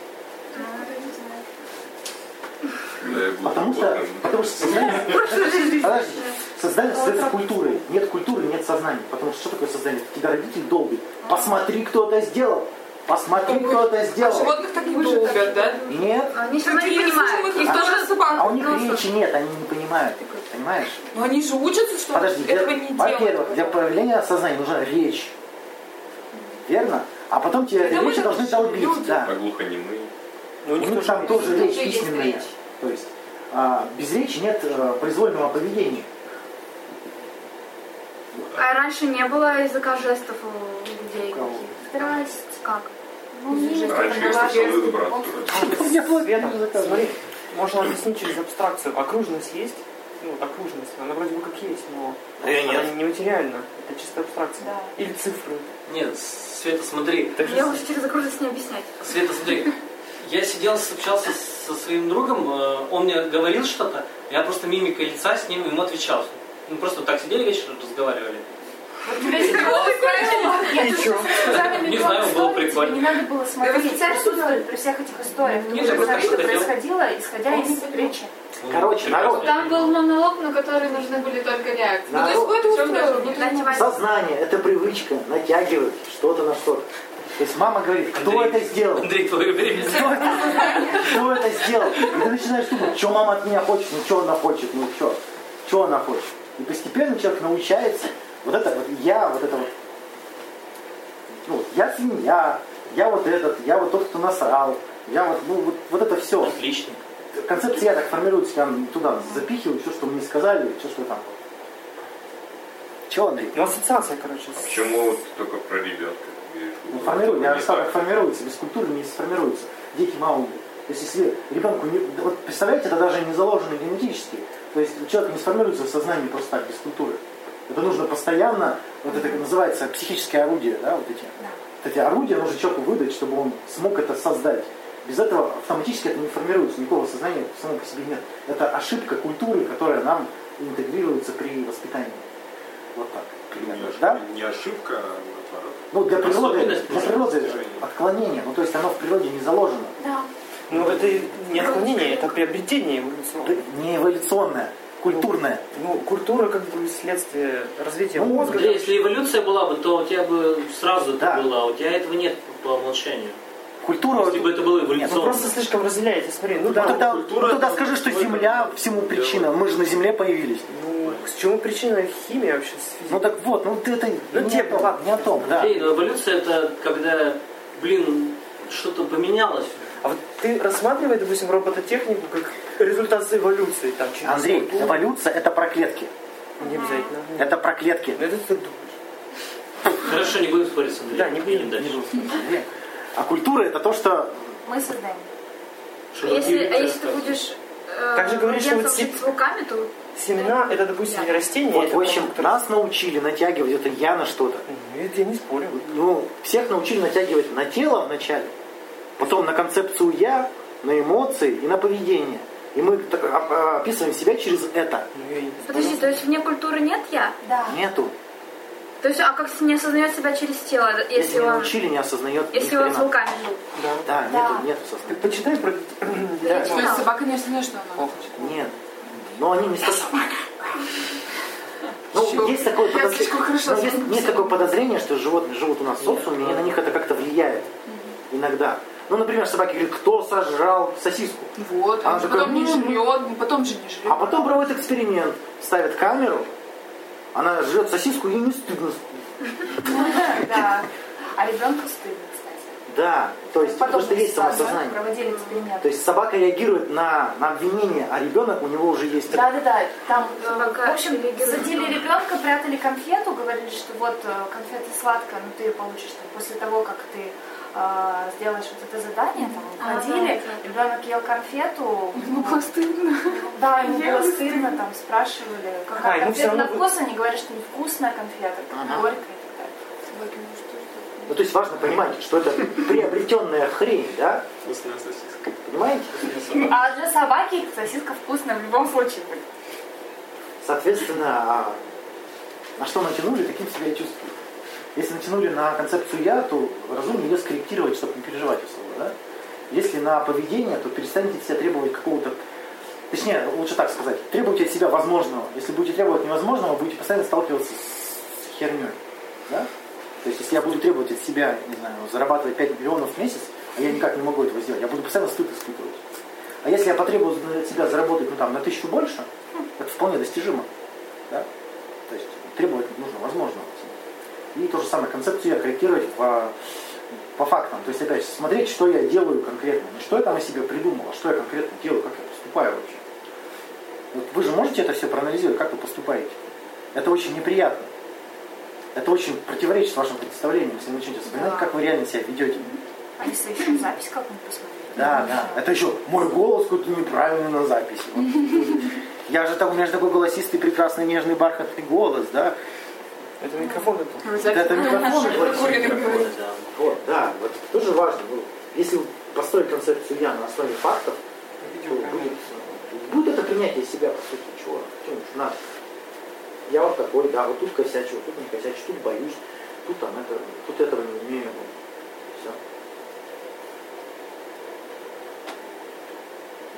A: Потому что, потому что сознание... Подожди. Сознание создается культурой. Нет культуры, нет сознания. Потому что что такое сознание? Тебя родитель долбит. Посмотри, кто это сделал. Посмотри, кто это
I: А
A: сделал.
I: животных так не долго, да?
A: Нет.
G: А Они
I: всё равно не понимают. Их тоже собак.
A: А у них речи нет, они не понимают. Понимаешь?
I: Но они же учатся, что
A: Подожди, для-
I: этого Ну, не
A: во-первых,
I: делают.
A: для проявления сознания нужна речь. Верно? А потом тебе
I: Да
A: этой
I: мы
A: речи
I: же
A: должны долбить, да.
B: А глухонемые.
A: У
J: Ну,
A: них там тоже
K: есть.
A: речь
K: Тоже есть
A: письменная.
K: речь.
A: То есть а, без речи нет э, произвольного поведения.
G: А раньше не было языка жестов у людей.
A: кого?
G: каких-то. Здрасте. Как?
B: Раньше я слышал из братства.
J: Смотри, можно объяснить через абстракцию. Окружность есть? Ну, вот окружность. Она вроде бы как есть, но
D: Её
J: она
D: нет.
J: не материальна. Это чисто абстракция. Или цифры.
D: Нет, Света, смотри.
G: Я лучше через окружность не объяснять.
D: Света, смотри, я сидел, с- общался с- со своим другом, э, он мне говорил что-то, я просто мимикой лица с ним ему отвечал. Мы просто так сидели вечером, разговаривали. Не знаю, было прикольно.
E: Не надо было смотреть,
G: Да вы специально
E: присутствовать при всех этих историях. Ты
D: Нет,
E: уже
D: я просто
E: знаешь, что
D: хотел.
E: происходило, исходя из речи.
A: Короче, народ.
K: Там был монолог, на который нужны были только реакции.
A: Ну, то есть
K: это
A: Сознание – это привычка натягивать что-то на что-то. То есть мама говорит, кто это сделал?
D: Андрей, твое время.
A: Кто это, кто это сделал? И ты начинаешь думать, что мама от меня хочет, ну что она хочет, ну что, что она хочет. И постепенно человек научается, вот это вот я, вот это вот, ну, я свинья, я вот этот, я вот тот, кто насрал, я вот, ну, вот, вот это все.
D: Отлично.
A: Концепция я так формируется, я туда запихиваю все, что мне сказали, все, что там. Чего, Андрей?
J: Ну, ассоциация, короче. с-
B: Почему вот ты только про ребенка говоришь?
A: Ну,
B: Вот
A: формирует,
B: это
A: я
B: не
A: сам
B: так.
A: как формируется, без культуры не сформируется. Дикий маунт. То есть если ребенку не... да Вот представляете, это даже не заложено генетически. То есть у человека не сформируется в сознании просто так, без культуры. Это нужно постоянно, вот это как называется психическое орудие, да, вот эти. Вот эти орудия нужно человеку выдать, чтобы он смог это создать. Без этого автоматически это не формируется, никакого сознания само по себе нет. Это ошибка культуры, которая нам интегрируется при воспитании. Вот так. примерно, да?
C: Не ошибка, а наоборот.
A: Ну, для природы,
C: Особенность
A: для природы это отклонение. Ну, то есть оно в природе не заложено.
J: Ну, это не отклонение, это приобретение эволюционное.
A: Не эволюционное, культурное.
J: Ну, культура как бы следствие развития
D: Ну,
J: мозга.
D: Андрей, если эволюция была бы, то у тебя бы сразу это было, а у тебя этого нет по умолчанию.
A: Культура...
D: Если бы это было
J: Вы
D: эволюционно.
J: ну просто слишком разделяете, смотри, ну
A: Ну,
J: да.
A: тогда, ну, тогда скажи, что Земля всему причина. Мы же на Земле появились.
J: Ну, к чему причина химия вообще с физикой?
A: Ну так вот, ну ты это
J: Ну,
A: не,
J: те-
A: о том, не о том, да.
D: Андрей, ну, эволюция это когда, блин, что-то поменялось.
J: А вот ты рассматривай, допустим, робототехнику как результат эволюции там через
A: Андрей,
J: культуру?
A: эволюция это про клетки.
J: Не обязательно.
A: Это про клетки.
J: Ну, это ты так думаешь.
D: Хорошо, не будем спорить с Андреем.
J: Да, не будем.
D: Едем дальше.
A: А культура это то, что
E: Мы создаем.
D: Что
G: Если,
D: такие
G: а если ты
D: рассказы?
G: будешь
J: Так же говоришь, что вот
G: младенцем жить
J: сит-
G: с руками, то
J: Семена это, допустим, не растение,
A: вот,
J: это
A: в общем,
J: продукт.
A: нас научили натягивать это я на что-то.
J: Ну, Это я не спорю.
A: Ну, всех научили натягивать на тело вначале, потом на концепцию я, на эмоции и на поведение. И мы так оп- описываем себя через это.
J: Ну, я и не спорю.
G: подожди, то есть вне культуры нет я?
E: Да.
A: Нету.
G: То есть, а как не осознает себя через тело,
A: Если,
G: если
A: не
G: он,
A: научили, не осознает. ни
G: если он с
A: хрена.
G: руками жил?
J: Да.
A: Да,
E: Да.
A: нету, нету
J: Ты
A: сознания.
J: почитай про...
A: Да.
K: То есть собака не осознает, что она
J: Ох,
K: хочет.
A: Нет. Но они не со- Ну, есть такое,
K: Я слишком хорошо
A: подозрение, ну, есть,
K: знаю.
A: есть такое подозрение, что животные живут у нас в социуме, и на них это как-то влияет иногда. Ну, например, собаки говорят, кто сожрал сосиску?
K: Вот,
A: Она
K: он же
A: такая,
K: потом не
A: «М-м-м».
I: ну,
K: жрет, потом же не
A: А
K: жрет.
A: потом проводят эксперимент. Ставят камеру, она жрет сосиску, ей не стыдно.
E: Да. А ребенку стыдно, кстати.
A: Да, то есть, потому что есть
E: да,
A: самосознание.
E: Проводили эксперимент.
A: То есть собака реагирует на, на обвинение, а ребенок у него уже есть.
E: Да, да, да. Там, э, в
G: Пока
E: общем,
G: религиозно.
E: садили ребенка, прятали конфету, говорили, что вот э, конфета сладкая, но ты ее получишь там после того, как ты э, сделаешь вот это задание, там
G: Ага.
E: ходили, ребенок ел конфету,
K: Ну, было стыдно.
E: да, ему
K: Я
E: было
K: бы
E: стыдно, там спрашивали,
J: А,
E: какая
J: ему всё
E: конфета на
J: равно
E: вкус, они говорят, что невкусная конфета, горькая и так далее.
K: Собаки, ну что ж такое?
A: Ну, то есть важно понимать, что это приобретенная хрень, да?
C: Вкусная сосиска.
A: Понимаете?
L: А для собаки сосиска вкусная в любом случае будет.
A: Соответственно, а на что натянули, таким себя и чувствую. Если натянули на концепцию «я», то разумно ее скорректировать, чтобы не переживать особо. Да? Если на поведение, то перестаньте от себя требовать какого-то... Точнее, лучше так сказать. Требуйте от себя возможного. Если будете требовать невозможного, будете постоянно сталкиваться с херней. Да? То есть, если я буду требовать от себя, не знаю, зарабатывать 5 миллионов в месяц, а я никак не могу этого сделать, я буду постоянно стыд испытывать. А если я потребую от себя заработать ну, там, на тысячу больше, это вполне достижимо. Да? То есть требовать нужно возможно. И то же самое, концепцию я корректировать по, по фактам. То есть, опять же, смотреть, что я делаю конкретно. Не что я там о себе придумал, а что я конкретно делаю, как я поступаю вообще. Вот вы же можете это все проанализировать, как вы поступаете. Это очень неприятно. Это очень противоречит вашим представлениям, если вы начнете вспоминать,
L: Да.
A: как вы реально себя ведете.
L: А если еще запись как-нибудь посмотреть?
A: Да, да. Это еще мой голос какой-то неправильный на записи. Вот. Я же там, у меня же такой голосистый, прекрасный, нежный, бархатный голос, да.
M: Это микрофон это.
A: Да, это микрофон. это вообще микрофон,
N: да.
A: Вот, да. Вот тоже важно. Ну, Если построить концепцию я на основе фактов, то будет, будет это принятие себя, по сути, чего, чего уж надо. Я вот такой, да, вот тут косячу, вот тут не косячу, тут боюсь, тут, там, это, тут этого не умею. Все.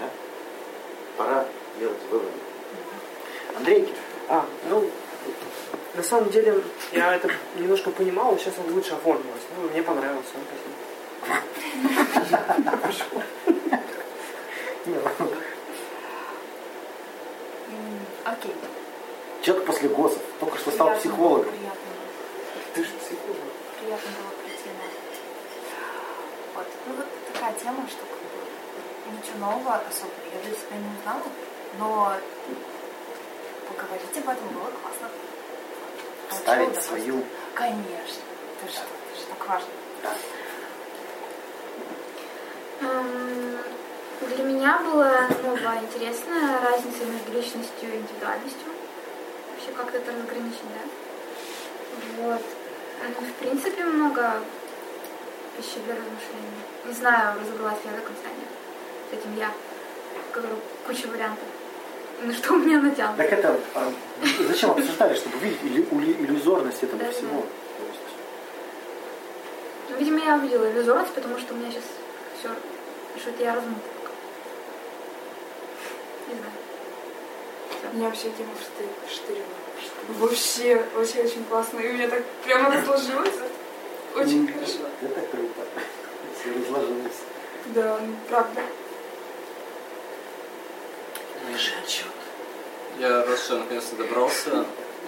A: Да? Пора делать выводы. Андрейки.
M: А, ну, на самом деле, я это немножко понимал, сейчас он лучше оформилось. Ну, мне понравилось, ну, спасибо.
L: М, Окей.
A: Человек после ГОСов только что стал
L: Приятно было,
A: психологом.
L: Приятно было.
M: Ты же психолог.
L: Приятно было прийти на- Вот. Ну вот такая тема, что как бы ничего нового особо я для себя не узнала, но поговорить об этом было классно. А Получила
A: Ставить
L: удовольствие.
A: свою.
L: Конечно. Ты что, это же так важно.
A: Да.
F: Эм, Для меня было ново интересно разница между личностью и индивидуальностью. Вообще как-то это разграничено, да? Вот. Ну, в принципе, много пищи для размышлений. Не знаю, разобралась ли я до конца, нет. С этим я, говорю, куча вариантов. На что у меня натянуто.
A: Так это а, зачем обсуждали, чтобы видеть или- ули- иллюзорность этого
F: Да-да.
A: всего? То есть,
F: Ну, Видимо, я увидела иллюзорность, потому что у меня сейчас все... Что-то я размыта. пока. Не знаю.
I: Меня вообще тема штырь- штырила. Вообще, вообще очень классно. И у меня так прямо это сложилось. Очень
A: м,
I: хорошо.
A: Это круто. Если разложилось.
I: Да, ну правда.
J: Я раз что наконец-то добрался,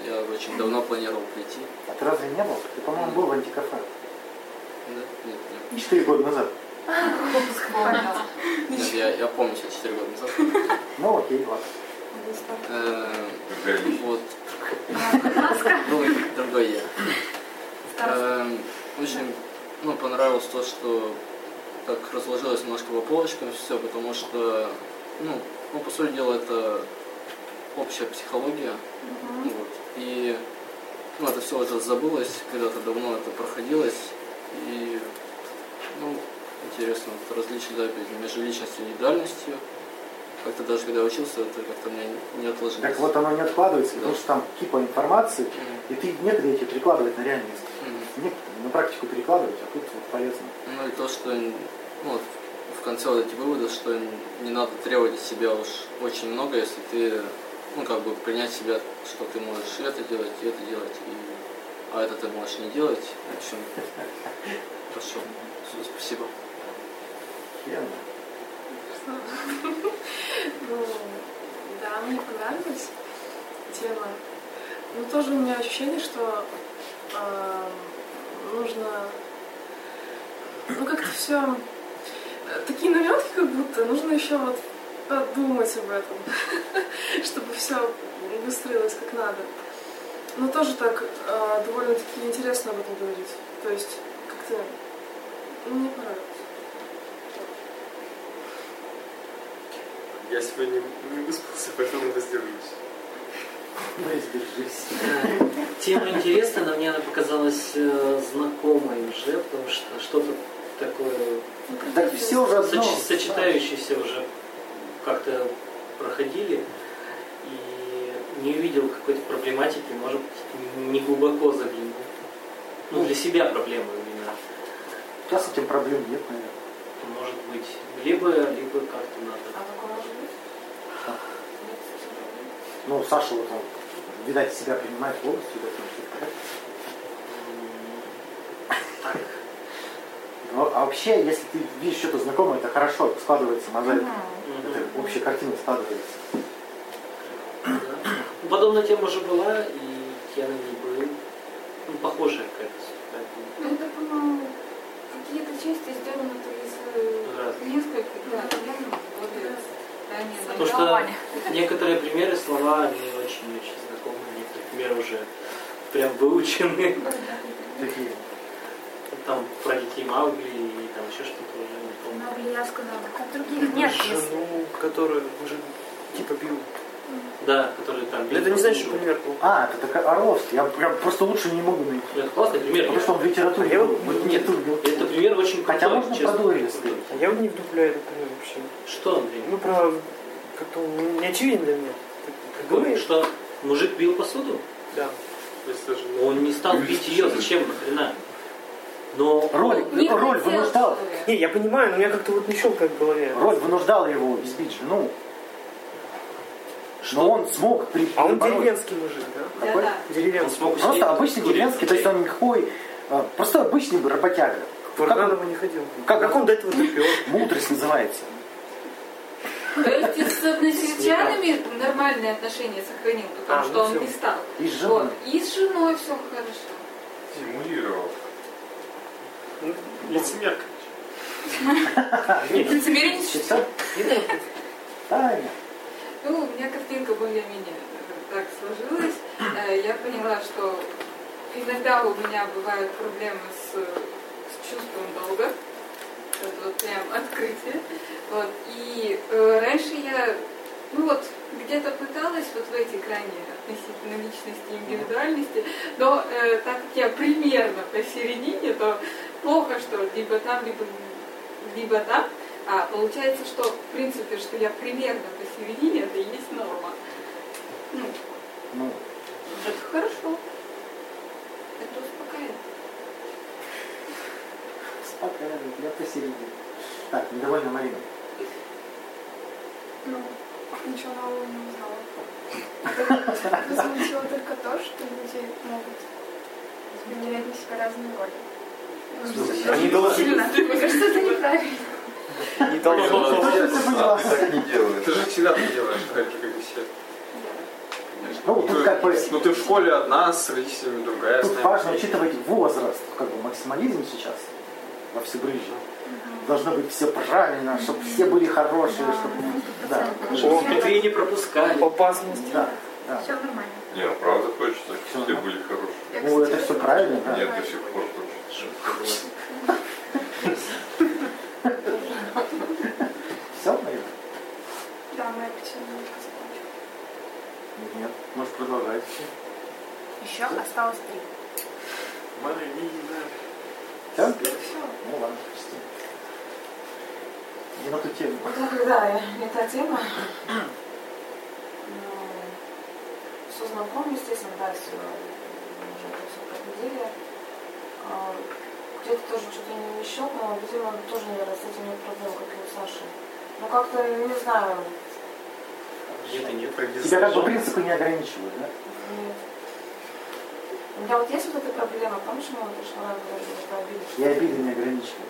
J: я очень давно планировал прийти.
A: А ты разве не был? Ты, по-моему, был в антикафе.
J: Да? Нет, нет.
A: Четыре года назад.
J: Нет, я, я помню себя 4 года назад.
A: Ну окей, ладно.
J: Э, Вот. Другой, другой я. Эм, Очень ну, понравилось то, что так разложилось немножко по полочкам все, потому что, ну, ну, по сути дела, это общая психология. Ну, вот. И ну, это все уже забылось, когда-то давно это проходилось. И, ну, интересно, вот различие да, опять между личностью и индивидуальностью. Как-то даже когда я учился, это как-то у меня не отложилось.
A: Так вот оно не откладывается, потому что там кипа информации, и ты некогда тебе перекладывать на реальность. Некогда на практику перекладывать, а тут вот полезно.
J: Ну и то, что ну, вот в конце вот эти выводы, что не надо требовать от себя уж очень много, если ты, ну как бы принять себя, что ты можешь и это делать, и это делать, и а это ты можешь не делать. В общем, хорошо. Всё, Спасибо.
A: Херно.
E: Ну, да, мне понравилась тема. Но тоже у меня ощущение, что эм, нужно, ну как-то все такие намеки, как будто нужно еще вот подумать об этом, чтобы все выстроилось как надо. Но тоже так э, довольно-таки интересно об этом говорить. То есть как-то ну, мне понравилось.
C: Я сегодня не выспался, поэтому воздержусь.
A: Ну, избежись.
D: Тема интересная, но мне она показалась э, знакомой уже, потому что что-то такое
E: Ну,
A: Так все уже одно.
D: соч- сочетающееся уже как-то проходили. И не увидел какой-то проблематики, может быть, не глубоко заглянул. Ну, для себя проблемы именно.
A: Сейчас с этим проблем нет, наверное.
D: Может быть, либо, либо как-то
E: А
D: надо.
A: Ну, Саша вот он, видать, себя принимает полностью, да, там все в порядке. Ну, а вообще, если ты видишь что-то знакомое, это хорошо, складывается мозаика.
D: Мгм.
A: Это общая картина складывается.
D: Ну, Подобная тема уже была, и я на ней был. Ну, похожая какая-то. поэтому-
I: Ну, это, по-моему, какие-то части сделаны из э,
D: Разных.
I: нескольких, да, наверное, вот
E: э,
I: из
D: Потому что некоторые примеры, слова, они очень-очень знакомы, некоторые примеры уже прям выучены.
A: Такие.
D: Ну, Там про детей Маугли и там еще что-то уже не помню.
I: Маугли я сказала, как других
J: Нет,
I: нет.
J: жену, которую уже типа бил.
D: Да, которые там...
J: Это не значит, что пример был.
A: А, это такая Орловский. Я прям просто лучше не могу найти.
D: Ну, Это классный пример.
A: Потому что он в литературе.
J: А я
A: был.
J: вот-
A: Вот
D: Нет,
A: литературе был.
D: это пример очень крутой,
A: Хотя можно
D: честно.
A: про Дорина сказать.
J: А я вот не вдупляю этот пример вообще.
D: Что, Андрей?
J: Ну, про... Как-то он не очевиден для меня. Ты- ты
D: Говорит,
J: думаешь?
D: что мужик бил посуду?
J: Да.
C: Если же
D: но Он не стал бить ее, зачем, нахрена? Но...
A: Роль, роль вынуждала.
J: Не, я понимаю, но я как-то вот не щелкает в голове.
A: Роль вынуждала его избить жену. Но он смог при...
J: А он
A: бороться.
J: деревенский мужик, да?
A: Какой?
J: Деревенский.
D: Он смог
A: Просто
D: сидеть,
A: обычный
D: курить,
A: деревенский, то есть он никакой... э, Просто обычный бы работяга.
J: В
A: Как он-
J: Варнадова не ходил.
A: как-
J: Как он до этого терпел?
A: Мудрость называется.
E: То есть с односельчанами нормальные отношения сохранил, потому
J: А,
E: что
J: ну
E: он
J: всё.
E: не стал.
A: И с женой.
E: Вот. И с женой все хорошо.
B: Симулировал.
J: Ну,
C: лицемерка.
E: Лицемерие не существует.
A: Часа? Таня.
E: Ну, у меня картинка более-менее так сложилась. Э, Я поняла, что иногда у меня бывают проблемы с, с чувством долга. Это вот прям открытие. Вот. И э, раньше я, ну вот, где-то пыталась вот в эти грани относительно личности и индивидуальности, но э, так как я примерно посередине, то плохо, что либо там, либо, либо там. А получается, что в принципе, что я примерно посередине, это и есть норма. Ну,
A: Ну,
E: это хорошо. Это успокаивает.
A: спокойно, я посередине. Так, недовольна Марина.
F: Ну, ничего нового не узнала. Я Разлучила только то, что люди могут изменять на себя разные роли.
J: Они должны...
F: Сильно. Мне кажется, это неправильно.
J: Не должны.
B: А ты так не делаешь.
C: ну, Ты же всегда так делаешь, так же, как и все.
A: Ну, вот тут как бы-
C: Ну ты в школе одна, с родителями другая. с
A: Тут
C: нами
A: важно
C: третья.
A: учитывать возраст, как бы максимализм сейчас во всебрыжье. Должно быть все правильно, чтобы все были хорошие, чтобы... Да,
D: Чтобы петли не пропускали.
J: Опасность.
A: да, да.
O: Все нормально.
B: Не, ну правда хочется, чтобы все были хорошие.
A: Ну, это все правильно, да.
B: Я до сих пор хочу.
A: Все, Марина?
F: Да, моя причина немножко закончила.
A: Нет, может продолжать.
P: Еще осталось три.
A: Все? Ну ладно, почти. Не на ту тему.
E: Ну, Да, э, это тема. Ну, Все знакомо, естественно, да, все уже все проходили. А, Где-то тоже что-то не вещал, но, видимо, тоже, наверное, с этими проблемы, как и у Саши. Ну, как-то, не знаю,
D: Нет, и нет.
A: Тебя как бы принципы не ограничивают, да?
E: нет. У меня вот есть вот эта проблема, помнишь, мы вот в прошлый раз даже это обиделись?
A: Я обиды не ограничиваю.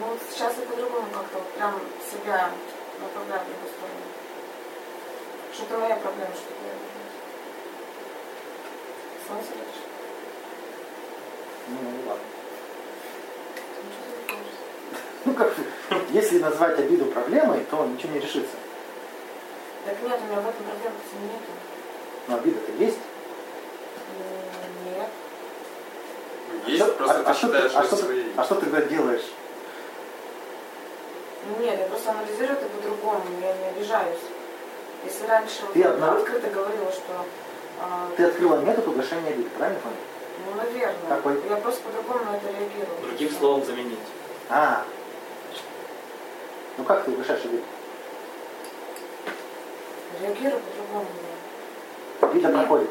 E: Ну, вот сейчас я по-другому как-то вот прям себя направляю в другую сторону. Что-то моя проблема, что-то я Смысл дальше?
A: Ну ладно.
E: Ну, что за вопрос?
A: Ну как, если назвать обиду проблемой, то ничего не решится.
E: Так нет, у меня в этом проблем-то нету.
A: Но обида-то есть.
E: М, Нет.
C: Есть,
A: Что-
C: просто
A: а
C: ты
A: что ты-
C: считаешь
A: а
C: её
A: что ты-
C: своей.
A: а что ты тогда делаешь?
E: Ну, Нет, я просто анализирую это по-другому, я не обижаюсь. Если раньше вот
A: Ты
E: я
A: одна?
E: открыто говорила, что А,
A: Ты открыла метод угошения обиды, правильно понял?
E: Ну, наверное.
A: Какой?
E: Я просто по-другому на это реагирую.
D: Другим словом заменить.
A: А. Ну как ты угошаешь обиду?
E: Реагирую по-другому.
A: Обида проходит.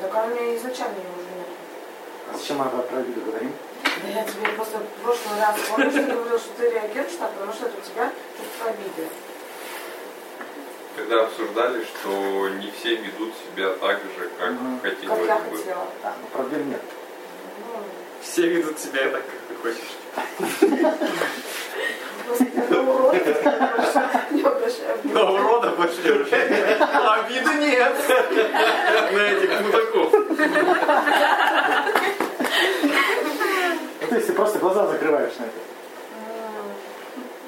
E: Так она у меня изначально ее уже нет.
A: А зачем мы про обиду говорим?
E: Да я тебе просто в прошлый раз помнишь, ты говорил, что ты реагируешь так, потому что это у тебя чувство обиды.
B: Когда обсуждали, что не все ведут себя так же, как
E: Как
B: хотелось
E: я
B: бы.
E: хотела.
A: А, ну проблем нет.
C: Все ведут себя так, как ты хочешь.
E: Ну,
C: На урода пошли уже. Обиды нет. На этих мудаков.
A: Ну, то есть ты просто глаза закрываешь на это.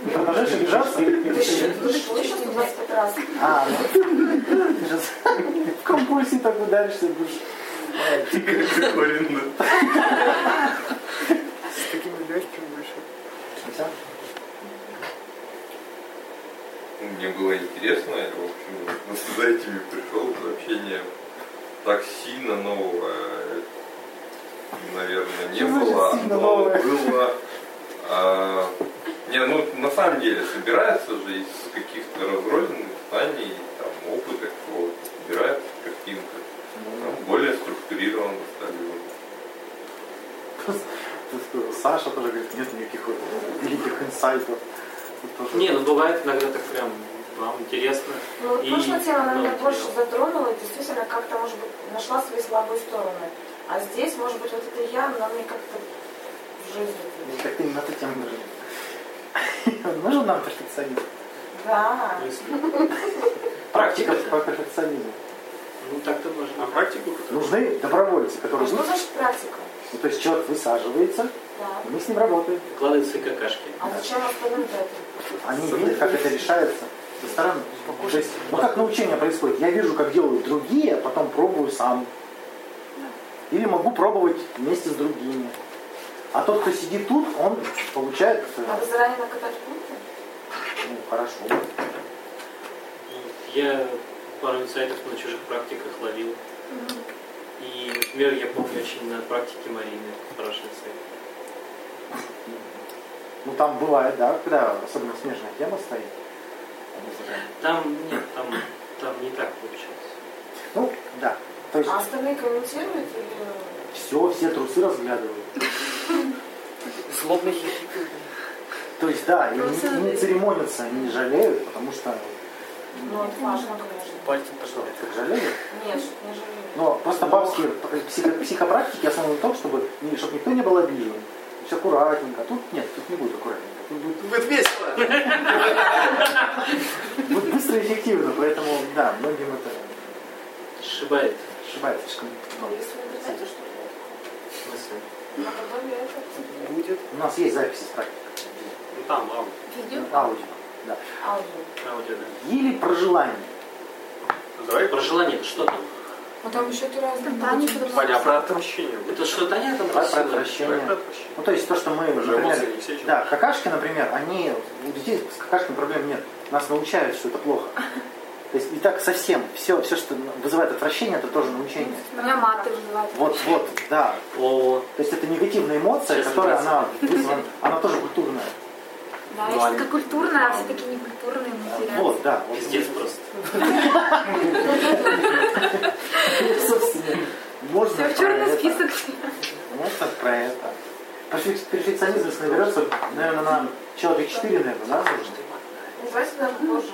A: И продолжаешь обижаться и- и-
E: Ты же слышишь 125 раз.
A: А, ну ты же в компульсии так ударишься, будешь.
Q: Э, С такими легкими больше.
B: Ну, Мне было интересно, я, в общем, за этими пришел, это общение так сильно нового, э, наверное, не
A: Что значит
B: было,
A: сильно
B: но
A: новое?
B: было... а, не, ну, на самом деле, собирается же из каких-то разрозненных знаний, там, опыта какого-то, собирается картинка, там, более структурированно стали.
A: Саша тоже говорит, нет никаких вот великих инсайтов. Тут тоже-
D: Не, ну бывает иногда так прям вам интересно.
E: Ну, вот
D: И
E: прошлая тема, она
D: много
E: меня больше
D: дело.
E: затронула и действительно как-то, может быть, нашла свои слабые стороны. А здесь, может быть, вот это я, она мне как-то в жизни.
A: Как ты на эту тему нужен? Он Нужен нам перфекционизм?
E: Да.
A: Практика по перфекционизму.
D: Ну так-то можно.
C: А практику?
A: Нужны добровольцы,
E: А
A: которые...
E: что значит практика?
A: Ну, то есть человек высаживается,
E: Да.
A: и мы с ним работаем.
D: Вкладывает свои какашки.
E: А зачем остальным это?
A: Они видят, как это решается со стороны. То есть, ну как научение происходит? Я вижу, как делают другие, а потом пробую сам. Или могу пробовать вместе с другими. А тот, кто сидит тут, он получает, э,
E: Надо заранее накатать пункты?
A: ну, хорошо.
D: Я пару инсайтов на чужих практиках ловил. И, например, я помню очень на практике Марины хороший инсайт.
A: Ну там бывает, да, когда особенно смежная тема стоит. Они зажали.
D: Там, нет, там, там не так получилось.
A: Ну, да. То есть
E: А остальные комментируют или...
A: все, все трусы разглядывают.
Q: Злобно хихикают.
A: То есть, да, и
Q: Трусы
A: не, не церемонятся, они не жалеют, потому что
E: Ну, это важно, конечно.
A: пальцем пошло. Как жалеют?
E: Нет, не жалею.
A: Но просто бабские психо- психопрактики основаны на том, чтобы, чтобы никто не был обижен. То есть аккуратненько. Тут нет, тут не будет аккуратненько. Тут будет,
C: Будет весело.
A: будет быстро и эффективно. Поэтому, да, многим это
D: Сшибает.
A: ошибается слишком много.
E: Если вы представляете, что это?
D: В смысле?
E: На подобие А это
A: Будет. У нас есть записи с практики.
D: Ну там, аудио.
E: Видео?
A: Аудио. Да.
E: Аудио.
D: Аудио, да.
A: Или про желание.
C: Ну, Давай.
D: Про желание, что там?
E: А там еще три раза.
C: Понятно, про отвращение.
D: Это что, Таня там
A: Про
D: просила?
A: отвращение.
D: Про
A: Ну, то есть то, что мы,
C: Уже
A: например,
C: эмоции не все еще.
A: да, какашки, например, они, у детей с какашками проблем нет. Нас научают, что это плохо. То есть и так совсем. Все, все, что вызывает отвращение, это тоже научение.
F: Меня маты вызывают.
A: Вот, вот, да.
D: О.
A: То есть это негативная эмоция,
D: Честно,
A: которая
D: да.
A: она вызвана, она тоже культурная.
F: Да,
A: Ну,
F: я
A: они-
F: что-то культурная, а все такие некультурные материалы.
A: Вот, да. Вот.
D: Пиздец просто.
A: Собственно, можно
F: Все в
A: про
F: черный
A: это.
F: список.
A: Можно про это. Перфек- Перфекционизм наберется, наверное, на человека 4, наверное, да?
E: Называйте нам Ну, позже.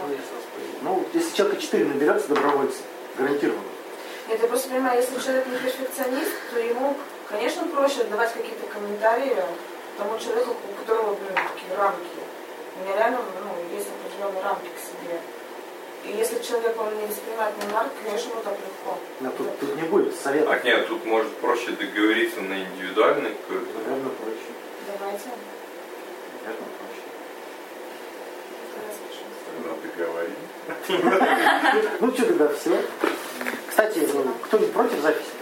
A: Ну, если человека 4 наберется добровольцы, гарантированно.
E: Нет, я просто понимаю, если человек не перфекционист, то ему, конечно, проще давать какие-то комментарии тому человеку, у которого, блин, такие рамки. У меня реально, ну, есть определенные рамки к себе. И если человек, он не воспринимает мой рамки, конечно, ему так легко.
A: Да, ну, тут, тут не будет совета.
B: Так А нет, тут может проще договориться на индивидуальный какой-то.
A: Наверное, проще.
E: Давайте.
A: Наверное, проще.
B: Надо говорить.
A: Ну что, тогда все. Кстати, кто-нибудь против записи?